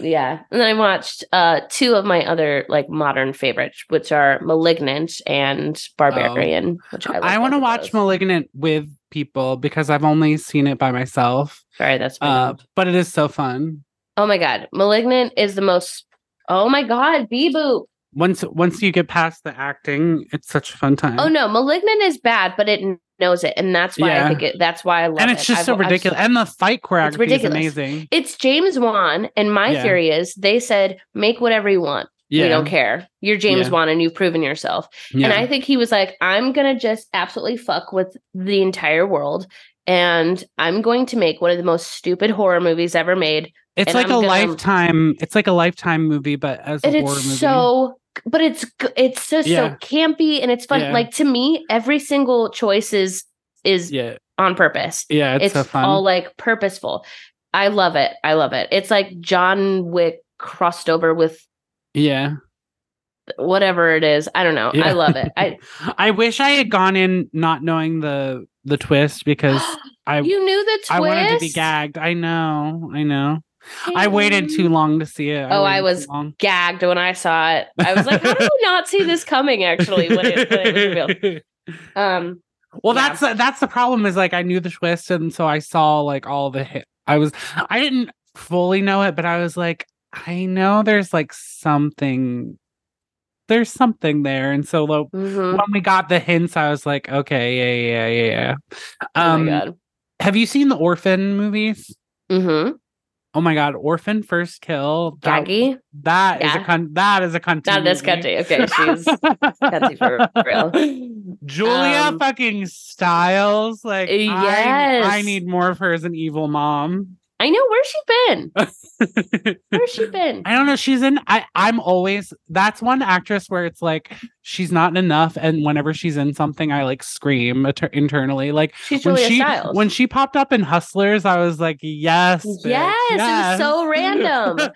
B: yeah and then i watched uh two of my other like modern favorites which are malignant and barbarian which i, like
A: Oh. I want to
B: both of
A: watch
B: those.
A: Malignant with people because I've only seen it by myself.
B: sorry that's my
A: Uh,
B: bad.
A: but it is so fun.
B: oh my god malignant is the most oh my god bee boop
A: Once once you get past the acting, it's such a fun time.
B: oh no malignant is bad but it kn- knows it and that's why
A: Yeah.
B: i think it that's why i love
A: and it's
B: it.
A: just
B: I've-
A: so
B: I've-
A: ridiculous. and the fight choreography is
B: ridiculous.
A: amazing.
B: it's james wan and my
A: Yeah.
B: theory is they said make whatever you want
A: Yeah,
B: we don't care you're james
A: Yeah.
B: wan and you've proven yourself
A: yeah.
B: And I think he was like, I'm going to just absolutely fuck with the entire world. And I'm going to make one of the most stupid horror movies ever made.
A: it's
B: and
A: like
B: I'm
A: a
B: gonna-
A: lifetime. It's like a lifetime movie, but as a
B: And
A: horror
B: it's
A: movie.
B: so, but it's, g- it's so,
A: Yeah.
B: so campy and it's fun.
A: Yeah.
B: Like to me, every single choice is, is
A: yeah,
B: on purpose.
A: yeah, it's,
B: It's,
A: so fun.
B: all like purposeful. I love it. I love it. It's like John Wick crossed over with
A: yeah,
B: whatever it is. I don't know.
A: Yeah.
B: I love it. I,
A: I wish I had gone in not knowing the the twist because I
B: you knew the twist.
A: I wanted to be gagged. I know, I know. I waited
B: Peyton.
A: too long to see it.
B: Mm. Oh, I
A: waited too
B: was
A: long.
B: gagged when I saw it. I was like, how did I not see this coming actually when it, when it was revealed? Um,
A: well,
B: Yeah.
A: that's the, that's the problem. Is like I knew the twist, and so I saw like all the. Hit. I was I didn't fully know it, but I was like, I know there's like something. There's something there, and so like,
B: mhm.
A: when we got the hints, I was like, okay, yeah, yeah, yeah, yeah.
B: oh
A: Um,
B: my god.
A: have you seen the Orphan movies?
B: hmm
A: Oh my god, Orphan First Kill. That,
B: Gaggy?
A: that is
B: Yeah.
A: a con- that is a cunt.
B: Not this country. Okay, she's cunty for real.
A: Julia
B: Um, eh,
A: fucking Styles. Like, I- I,
B: Yes.
A: need more of her as an evil mom.
B: I know where's she been? Where's she been?
A: I don't know. She's in. I. I'm always. That's one actress where it's like she's not enough, and whenever she's in something, I like scream inter- internally. Like
B: She's
A: when
B: Julia
A: she
B: Stiles.
A: when she popped up in Hustlers, I was like, yes, bitch,
B: Yes, it was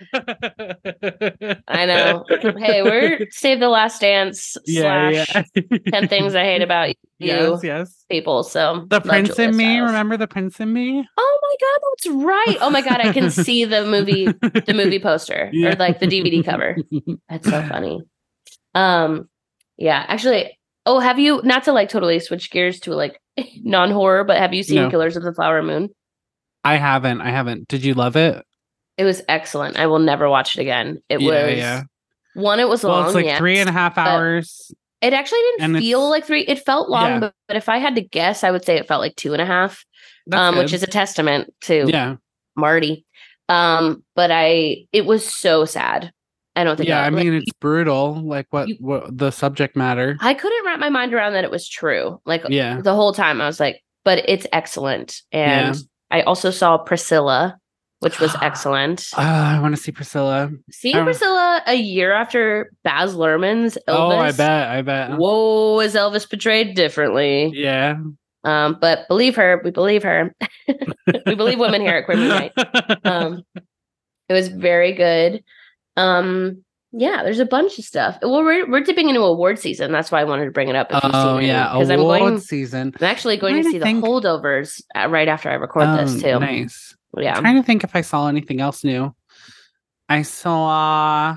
B: so
A: random.
B: I know. Hey, we're save the last dance
A: yeah,
B: slash
A: yeah.
B: ten things I hate about you
A: yes, yes.
B: people. So
A: The
B: love
A: Prince
B: Julia
A: in Me.
B: Stiles.
A: Remember the Prince in Me?
B: Oh my god, that's right. Oh my god, I can see the movie the movie poster
A: Yeah.
B: or like the DVD cover. That's so funny. Um, yeah, actually, oh, have you not to like totally switch gears to like non horror, but have you seen
A: No.
B: Killers of the Flower Moon?
A: I haven't. I haven't. Did you love it?
B: It was excellent. I will never watch it again. It
A: Yeah,
B: was
A: yeah.
B: one. It was
A: well,
B: long.
A: it's like
B: yes.
A: three and a half hours.
B: It actually
A: and
B: didn't
A: it's-
B: feel like three. It felt long,
A: Yeah.
B: but, but if I had to guess, I would say it felt like two and a half,
A: That's
B: um, which
A: good.
B: is a testament to
A: yeah,
B: Marty. Um, but I, it was so sad. I don't think.
A: yeah. I
B: like,
A: mean, it's brutal. Like what?
B: you-
A: what the subject matter?
B: I couldn't wrap my mind around that it was true. Like
A: Yeah.
B: the whole time, I was like, but it's excellent. And
A: Yeah.
B: I also saw Priscilla, which was excellent.
A: Oh, I want to see Priscilla.
B: Seeing
A: I don't-
B: Priscilla a year after Baz Luhrmann's Elvis.
A: Oh, I bet. I bet.
B: Whoa, is Elvis portrayed differently?
A: Yeah.
B: Um, but believe her, we believe her. we believe women here at Quimby Night. Um, it was very good. Um, yeah, there's a bunch of stuff. Well, we're we're dipping into award season. That's why I wanted to bring it up. If
A: oh yeah,
B: because
A: award
B: I'm going
A: season.
B: I'm actually going
A: Trying
B: to
A: to
B: see the
A: think-
B: holdovers uh, right after I record
A: Oh,
B: this too.
A: Nice.
B: Yeah.
A: I'm trying to think if I saw anything else new. I saw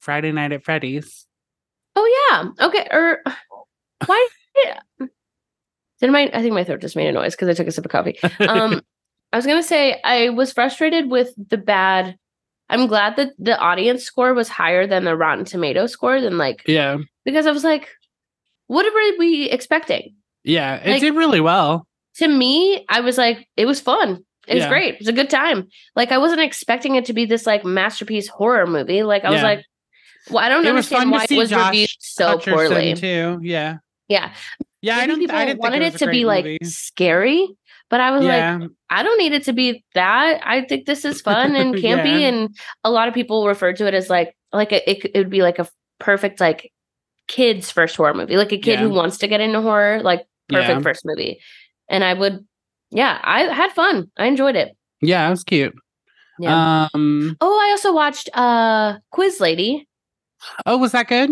A: Friday Night at Freddy's.
B: Oh yeah. Okay. Or why did- did my I think my throat just made a noise because I took a sip of coffee. Um, I was gonna say I was frustrated with the bad I'm glad that the audience score was higher than the Rotten Tomato score than like
A: Yeah.
B: because I was like, what were we expecting?
A: Yeah. It
B: Like-
A: did really well.
B: To me, I was like, it was fun. It was
A: Yeah.
B: great. It was a good time. Like I wasn't expecting it to be this like masterpiece horror movie. Like I was
A: Yeah.
B: like, well, I don't
A: It was fun
B: understand
A: to
B: why it
A: see
B: was
A: Josh
B: reviewed so
A: Hutcherson,
B: poorly.
A: too. Yeah.
B: Yeah.
A: Yeah. I
B: Maybe
A: don't.
B: people
A: I didn't
B: wanted
A: think
B: it,
A: it, was a
B: to be
A: great
B: like
A: movie.
B: scary, but I was like,
A: yeah.
B: I don't need it to be that. I think this is fun and campy,
A: Yeah.
B: and a lot of people refer to it as like like a, it, it would be like a perfect like kids first horror movie, like a kid
A: Yeah.
B: who wants to get into horror, like perfect
A: Yeah.
B: first movie. And I would, yeah, I had fun. I enjoyed it.
A: yeah. It was cute.
B: Yeah.
A: Um.
B: oh, I also watched uh Quiz Lady.
A: Oh, was that good?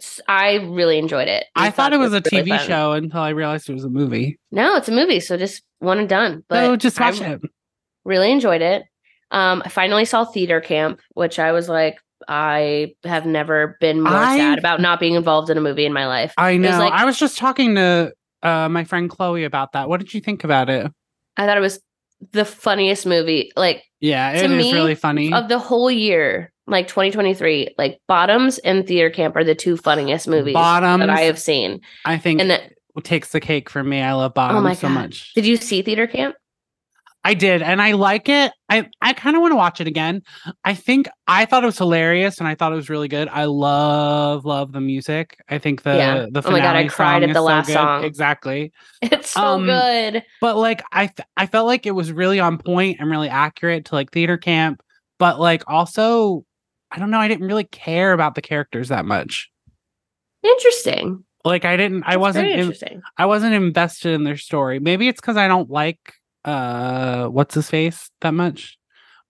B: S- I really enjoyed it.
A: I thought it was a TV
B: really fun.
A: show until I realized it was a movie.
B: No, it's a movie, so just one and done. But
A: so just watch
B: I
A: it.
B: really enjoyed it. Um, I finally saw Theater Camp, which I was like, I have never been more
A: I-
B: sad about not being involved in a movie in my life.
A: I
B: It was
A: know.
B: like-
A: I was just talking to uh, my friend Chloe about that. What did you think about it?
B: I thought it was the funniest movie, like
A: Yeah,
B: To
A: it is
B: me,
A: really funny.
B: of the whole year, like 2023. Like Bottoms and Theater Camp are the two funniest movies
A: Bottoms,
B: that I have seen.
A: I think,
B: And that
A: takes the cake for me. I love Bottoms
B: my
A: so
B: God.
A: much.
B: did you see Theater Camp?
A: I did, and I like it. I I kind of want to watch it again. I think I thought it was hilarious, and I thought it was really good. I love love the music. I think the
B: Yeah.
A: the
B: Oh my
A: finale
B: God, I cried
A: song
B: at
A: is
B: the
A: so
B: last
A: good.
B: song.
A: Exactly.
B: It's so
A: Um,
B: good.
A: but like I th- I felt like it was really on point and really accurate to like theater camp, but like also I don't know, I didn't really care about the characters that much.
B: Interesting.
A: Like I didn't I
B: That's
A: wasn't
B: very
A: in-
B: interesting.
A: I wasn't invested in their story. Maybe it's cuz I don't like uh what's his face that much.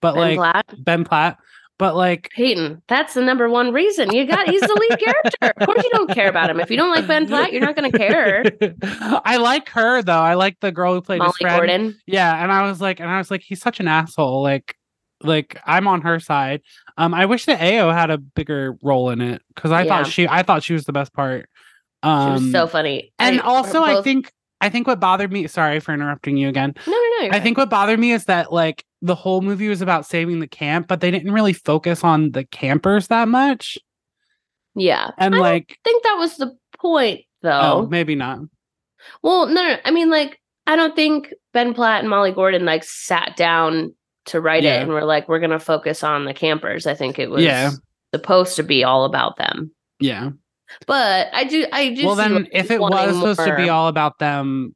A: But
B: I'm
A: like
B: glad.
A: Ben Platt, but like
B: Peyton, that's the number one reason you got. He's the lead character. Of course, you don't care about him. If you don't like Ben Platt, you're not going to care.
A: I like her though. I like the girl who played
B: Molly
A: his friend.
B: Gordon.
A: Yeah, and I was like, and I was like, he's such an asshole. Like, like I'm on her side. Um, I wish that Ao had a bigger role in it because I
B: Yeah.
A: thought she, I thought she was the best part.
B: She
A: Um,
B: was so funny.
A: and
B: They were
A: also I
B: both-
A: think, I think what bothered me. Sorry for interrupting you again.
B: no, no, no. you're
A: I think what bothered me is that like the whole movie was about saving the camp, but they didn't really focus on the campers that much.
B: fine. yeah.
A: And
B: I don't
A: like,
B: think that was the point,
A: oh,
B: though.
A: maybe not.
B: Well, no, no, no. I mean, like, I don't think Ben Platt and Molly Gordon like sat down to write
A: Yeah.
B: it and were like, we're going to focus on the campers. I think it was
A: Yeah.
B: supposed to be all about them.
A: Yeah.
B: But I do, I do.
A: well
B: see
A: then
B: what-
A: if it
B: wanting
A: was supposed to be
B: more.
A: all about them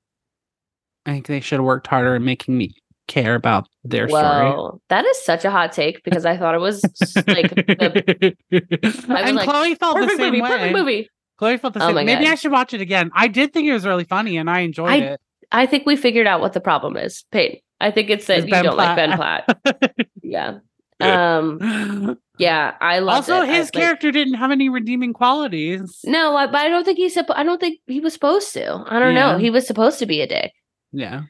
A: i think they should have worked harder in making me care about their
B: Whoa, that is such a hot take because I thought it was s-
A: story
B: like the I was
A: and
B: like,
A: chloe felt the
B: perfect
A: same
B: movie.
A: way
B: Perfect movie.
A: chloe felt the
B: Oh
A: same
B: my
A: maybe
B: God.
A: i should watch it again i did think it was really funny and i enjoyed
B: I-
A: it
B: I think we figured out what the problem is, Peyton. I think it's that
A: It's
B: you
A: Ben
B: don't like Ben Platt. yeah. Um. Yeah, I love.
A: also his character didn't have any redeeming qualities
B: no, I, but I don't think he's. suppo- I don't think he was supposed to. I don't know.
A: Yeah.
B: He was supposed to be a dick.
A: yeah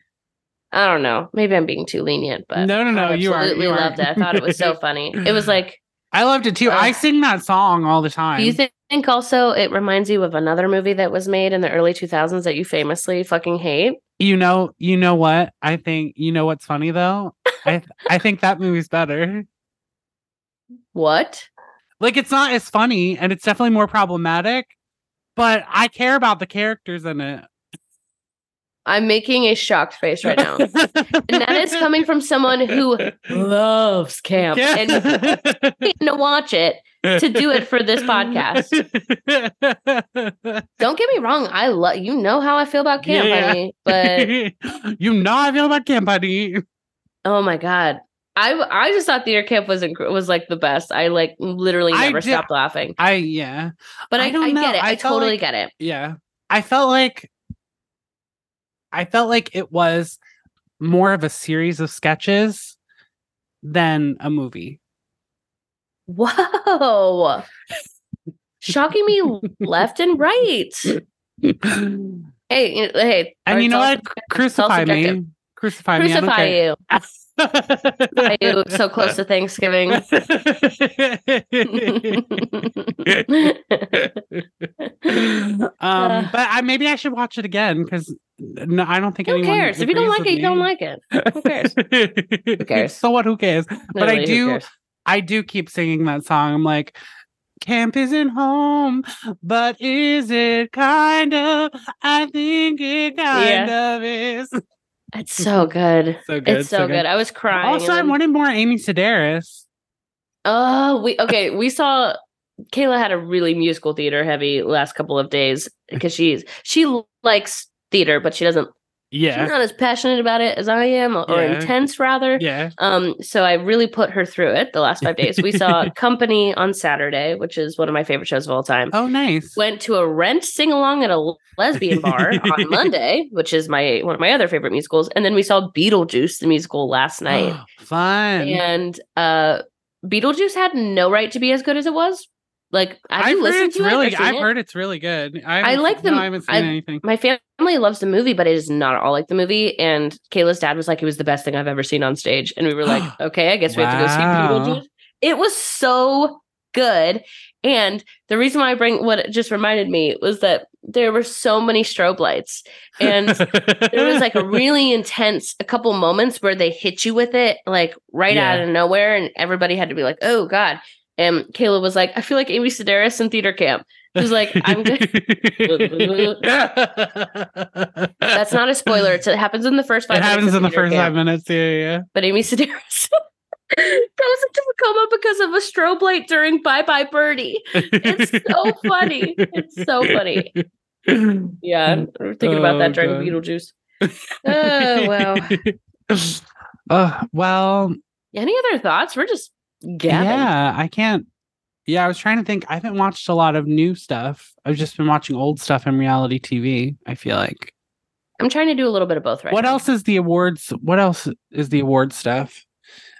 B: I don't know. Maybe I'm being too lenient, but
A: No, no,
B: I
A: no, you aren't,
B: absolutely
A: you
B: loved it. I
A: aren't.
B: thought it was so funny. It was like.
A: i loved it too i
B: Ugh.
A: sing that song all the time
B: Do you thi- think also it reminds you of another movie that was made in the early 2000s that you famously fucking hate?
A: You know, you know what? I think you know what's funny though. I I think that movie's better.
B: What?
A: Like it's not as funny and it's definitely more problematic, but I care about the characters in it.
B: I'm making a shocked face right now. and that is coming from someone who loves camp and is waiting to watch it. to do it for this podcast. Don't get me wrong, I love you know how I feel about camp,
A: Yeah.
B: honey. But
A: you know I feel about Camp Buddy.
B: oh my god. I, I just thought theater camp was inc- was like the best. I like literally
A: I
B: never
A: did-
B: stopped laughing.
A: I yeah.
B: But
A: I
B: I,
A: don't
B: I
A: know.
B: get it. I,
A: I felt
B: totally
A: like-
B: get it.
A: Yeah. I felt like I felt like it was more of a series of sketches than a movie.
B: Whoa. Shocking me left and right.
A: and
B: Hey, you- hey.
A: you
B: it's
A: know
B: all
A: what?
B: subjective. It's all
A: Crucify me. Crucify
B: subjective.
A: me. I don't
B: Crucify
A: care.
B: you. Crucify you. So close to Thanksgiving.
A: um,
B: Uh.
A: but I, maybe I should watch it again because no, I don't think
B: Who
A: anyone
B: cares? If you don't
A: agrees
B: like
A: with
B: it, you don't
A: me.
B: like it. Who cares?
A: who
B: cares?
A: so what? Who cares? But I
B: Literally, who
A: do-
B: cares?
A: I do keep singing that song. I'm like, camp isn't home, but is it kind of? I think it kind of is.
B: It's so good.
A: So good.
B: it's so, good. I was crying.
A: Also, I
B: and then-
A: wanted more Amy Sedaris.
B: Oh, we okay. We saw Kayla had a really musical theater heavy last couple of days because she's she likes theater, but she doesn't. She's
A: Yeah.
B: not as passionate about it as I am, or
A: Yeah.
B: intense rather.
A: Yeah.
B: Um, so I really put her through it the last five days. We saw Company on Saturday, which is one of my favorite shows of all time.
A: Oh, nice.
B: Went to a Rent sing along at a lesbian bar on Monday, which is my one of my other favorite musicals, and then we saw Beetlejuice the musical last night.
A: Fun.
B: and uh Beetlejuice had no right to be as good as it was. Like have
A: I've
B: you
A: heard
B: listened
A: it's
B: to
A: really.
B: it? or seen
A: I've
B: it?
A: heard it's really good. I, haven't-
B: like them-
A: No, I haven't seen
B: I've-
A: anything.
B: My family loves the movie, but it is not at all like the movie. And Kayla's dad was like, "It was the best thing I've ever seen on stage." And we were like, "Okay, I guess we have to
A: Wow.
B: go see Beetlejuice." It was so good. And the reason why I bring what it just reminded me was that there were so many strobe lights, and there was like a really intense a couple moments where they hit you with it like right
A: Yeah.
B: out of nowhere and everybody had to be like oh god and kayla was like i feel like amy sedaris in theater camp she was like i'm good that's not a spoiler it's, it happens in the first five
A: It happens
B: minutes
A: in the
B: of theater
A: first
B: camp,
A: five minutes. Yeah, yeah.
B: but amy sedaris goes into a coma because of a strobe light during bye bye birdie it's so funny it's so funny yeah we're thinking about
A: Oh,
B: that during
A: God.
B: beetlejuice oh wow
A: Uh, well,
B: any other thoughts we're just gabbing.
A: yeah, I can't. Yeah, I was trying to think. I haven't watched a lot of new stuff. I've just been watching old stuff and reality TV. I feel like.
B: I'm trying to do a little bit of both right
A: What
B: now.
A: else is the awards? What else is the award stuff?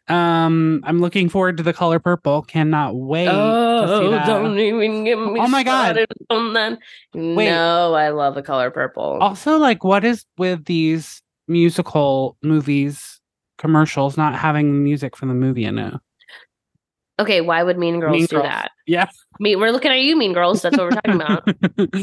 A: Um, I'm looking forward to the color purple. Cannot wait. to see
B: Oh,
A: that.
B: don't even get me
A: Oh my God.
B: started on that. No, I love the color purple.
A: also like what is with these musical movies commercials not having music from the movie in it
B: okay, why would Mean Girls
A: Mean
B: do
A: Girls.
B: that?
A: Yeah.
B: Me, we're looking at you, Mean Girls. That's what we're talking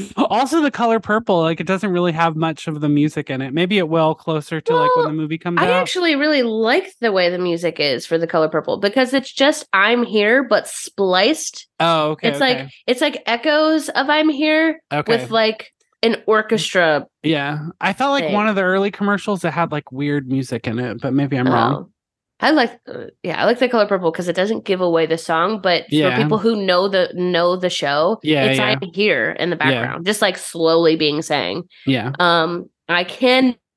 B: about.
A: also the color purple like it doesn't really have much of the music in it maybe it will closer to like when
B: Well,
A: the movie comes
B: I
A: out
B: actually really like the way the music is for the color purple because it's just I'm here but spliced.
A: oh okay
B: it's
A: okay,
B: like it's like echoes of I'm here
A: okay.
B: with like an orchestra.
A: yeah i felt like one
B: thing.
A: of the early commercials that had like weird music in it but maybe i'm wrong
B: Oh. I like, uh, yeah, I like the color purple because it doesn't give away the song, but
A: Yeah.
B: for people who know the know the show,
A: Yeah,
B: it's
A: yeah.
B: I'm here in the
A: Yeah.
B: background, just like slowly being sang.
A: yeah
B: Um, I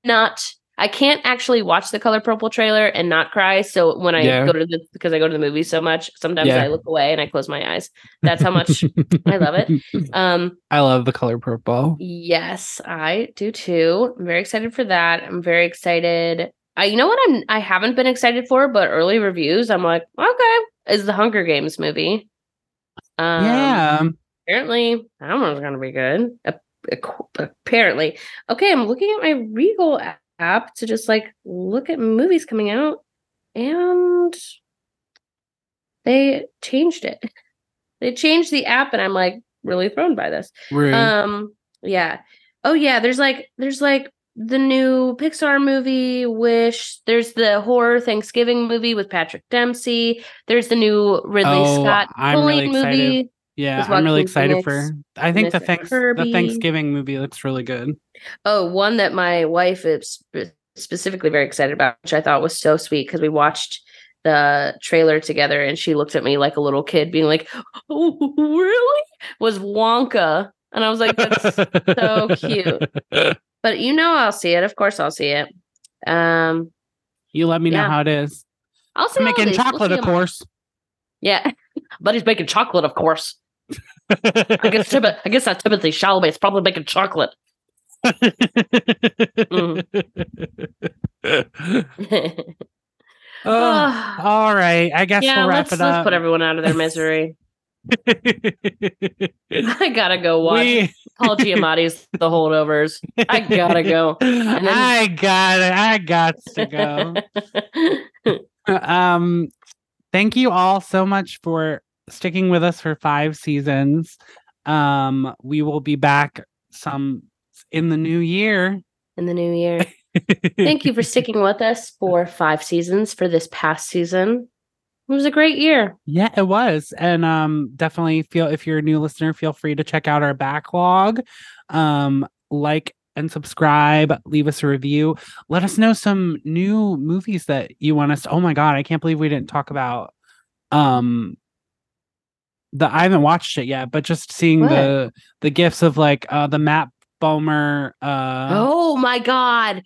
B: cannot, I can't actually watch the color purple trailer and not cry. So when I
A: Yeah.
B: go to the because I go to the movie so much, sometimes
A: Yeah.
B: I look away and I close my eyes. That's how much. I love it. um,
A: i love the color purple
B: Yes, I do too. I'm very excited for that. I'm very excited. I, you know what I'm I haven't been excited for, but early reviews, I'm like, okay, is the Hunger Games movie. Um,
A: yeah
B: Apparently, that one's gonna be good. Ap- ac- Apparently, okay. I'm looking at my Regal a- app to just like look at movies coming out, and they changed it. They changed the app, and I'm like really thrown by this.
A: rude
B: Um, yeah. Oh yeah, there's like there's like the new Pixar movie Wish. There's the horror Thanksgiving movie with Patrick Dempsey. There's the new Ridley
A: Oh,
B: Scott
A: I'm really
B: Cohen
A: excited.
B: movie.
A: Yeah,
B: There's
A: I'm really
B: Joaquin
A: excited
B: Phoenix
A: for. I think the
B: Mr.
A: thanks the
B: Kirby.
A: Thanksgiving movie looks really good.
B: Oh, one that my wife is sp- specifically very excited about, which I thought was so sweet because we watched the trailer together and she looked at me like a little kid being like, "Oh, really?" was Wonka. And I was like, that's so cute. but you know I'll see it. Of course I'll see it. Um
A: You let me know
B: Yeah.
A: how it is.
B: I'll see
A: I'm
B: all
A: making
B: these. We'll
A: chocolate,
B: see
A: of
B: 'em all.
A: course.
B: Yeah, but he's making chocolate, of course. I guess Timoth- I guess not Timothy Chalamet. It's probably making chocolate. Mm-hmm.
A: Oh, all right, I guess
B: yeah,
A: we'll wrap
B: let's,
A: it
B: let's
A: up.
B: put everyone out of their misery. I gotta go watch
A: We-
B: Paul Giamatti's The Holdovers. I gotta go. And then-
A: I got it. I got to go. um thank you all so much for sticking with us for five seasons um we will be back some in the new year
B: In the new year. Thank you for sticking with us for five seasons for this past season. It was a great year.
A: Yeah, it was. And um definitely feel if you're a new listener, feel free to check out our backlog. Um like and subscribe, leave us a review. Let us know some new movies that you want us to Oh my god, I can't believe we didn't talk about um the I haven't watched it yet, but just seeing
B: What?
A: the the gifts of like uh the Matt Bomer uh
B: oh my god.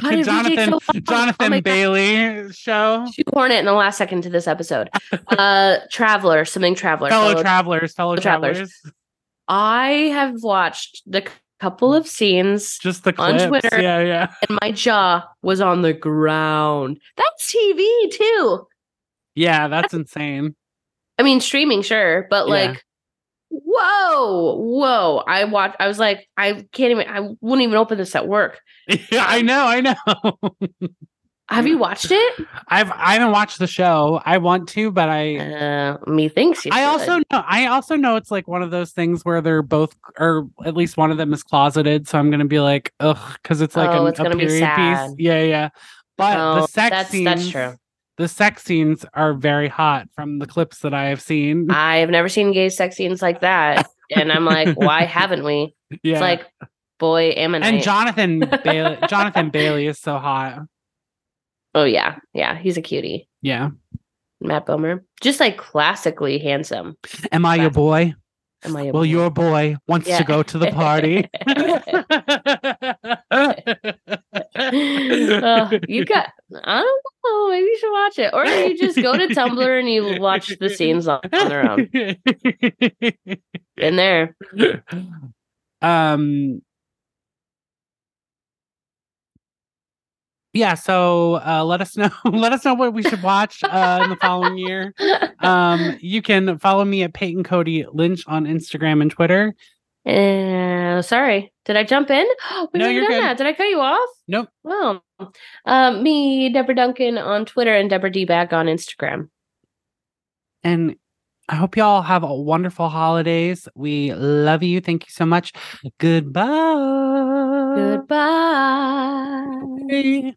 B: How did we take
A: Jonathan
B: so long? Oh
A: Jonathan
B: my God.
A: Bailey show.
B: Shoehorn it in the last second to this episode. Uh Traveler, something Traveler.
A: Fellow
B: Fellow
A: travelers, fellow
B: travelers.
A: travelers.
B: I have watched the c- couple of scenes
A: Just the
B: On
A: clips.
B: Twitter.
A: Yeah, yeah.
B: and my jaw was on the ground. That's TV too.
A: Yeah, that's insane.
B: I mean, streaming, sure, but
A: Yeah.
B: like, whoa, whoa! I watch. I was like, I can't even. I wouldn't even open this at work.
A: Yeah,
B: Um
A: I know, I know.
B: Have you watched it?
A: I've I haven't watched the show. I want to, but I
B: Uh, me thinks you.
A: I
B: should.
A: also know I also know it's like one of those things where they're both or at least one of them is closeted, so I'm gonna be like, ugh, because it's like
B: Oh,
A: an,
B: it's
A: a
B: gonna be
A: period
B: sad.
A: piece. Yeah, yeah. But
B: No,
A: the sex
B: that's-
A: scenes
B: that's true.
A: the sex scenes are very hot from the clips that I have seen.
B: I've never seen gay sex scenes like that, and I'm like, why haven't we?
A: yeah.
B: It's like, boy, ammonite.
A: and Jonathan Bailey Jonathan Bailey is so hot.
B: oh yeah, yeah, he's a cutie.
A: Yeah.
B: Matt Bomer, just like classically handsome.
A: Am I your
B: Classic.
A: boy?
B: Am I? a
A: Well,
B: boy?
A: your boy wants
B: Yeah.
A: to go to the party.
B: Oh, you got. I don't know. Maybe you should watch it, or you just go to Tumblr and you watch the scenes on, on their own. In there,
A: um yeah so uh, let us know let us know what we should watch uh, in the following year um you can follow me at peyton cody lynch on instagram and twitter
B: Uh, sorry, did I jump in? We've
A: No,
B: already
A: you're
B: done
A: good.
B: that. Did I cut you off?
A: Nope.
B: Well, um, me Deborah Duncan on Twitter and Deborah D Bag on Instagram.
A: And I hope y'all have a wonderful holidays. We love you. Thank you so much. Goodbye.
B: Goodbye.
A: Goodbye.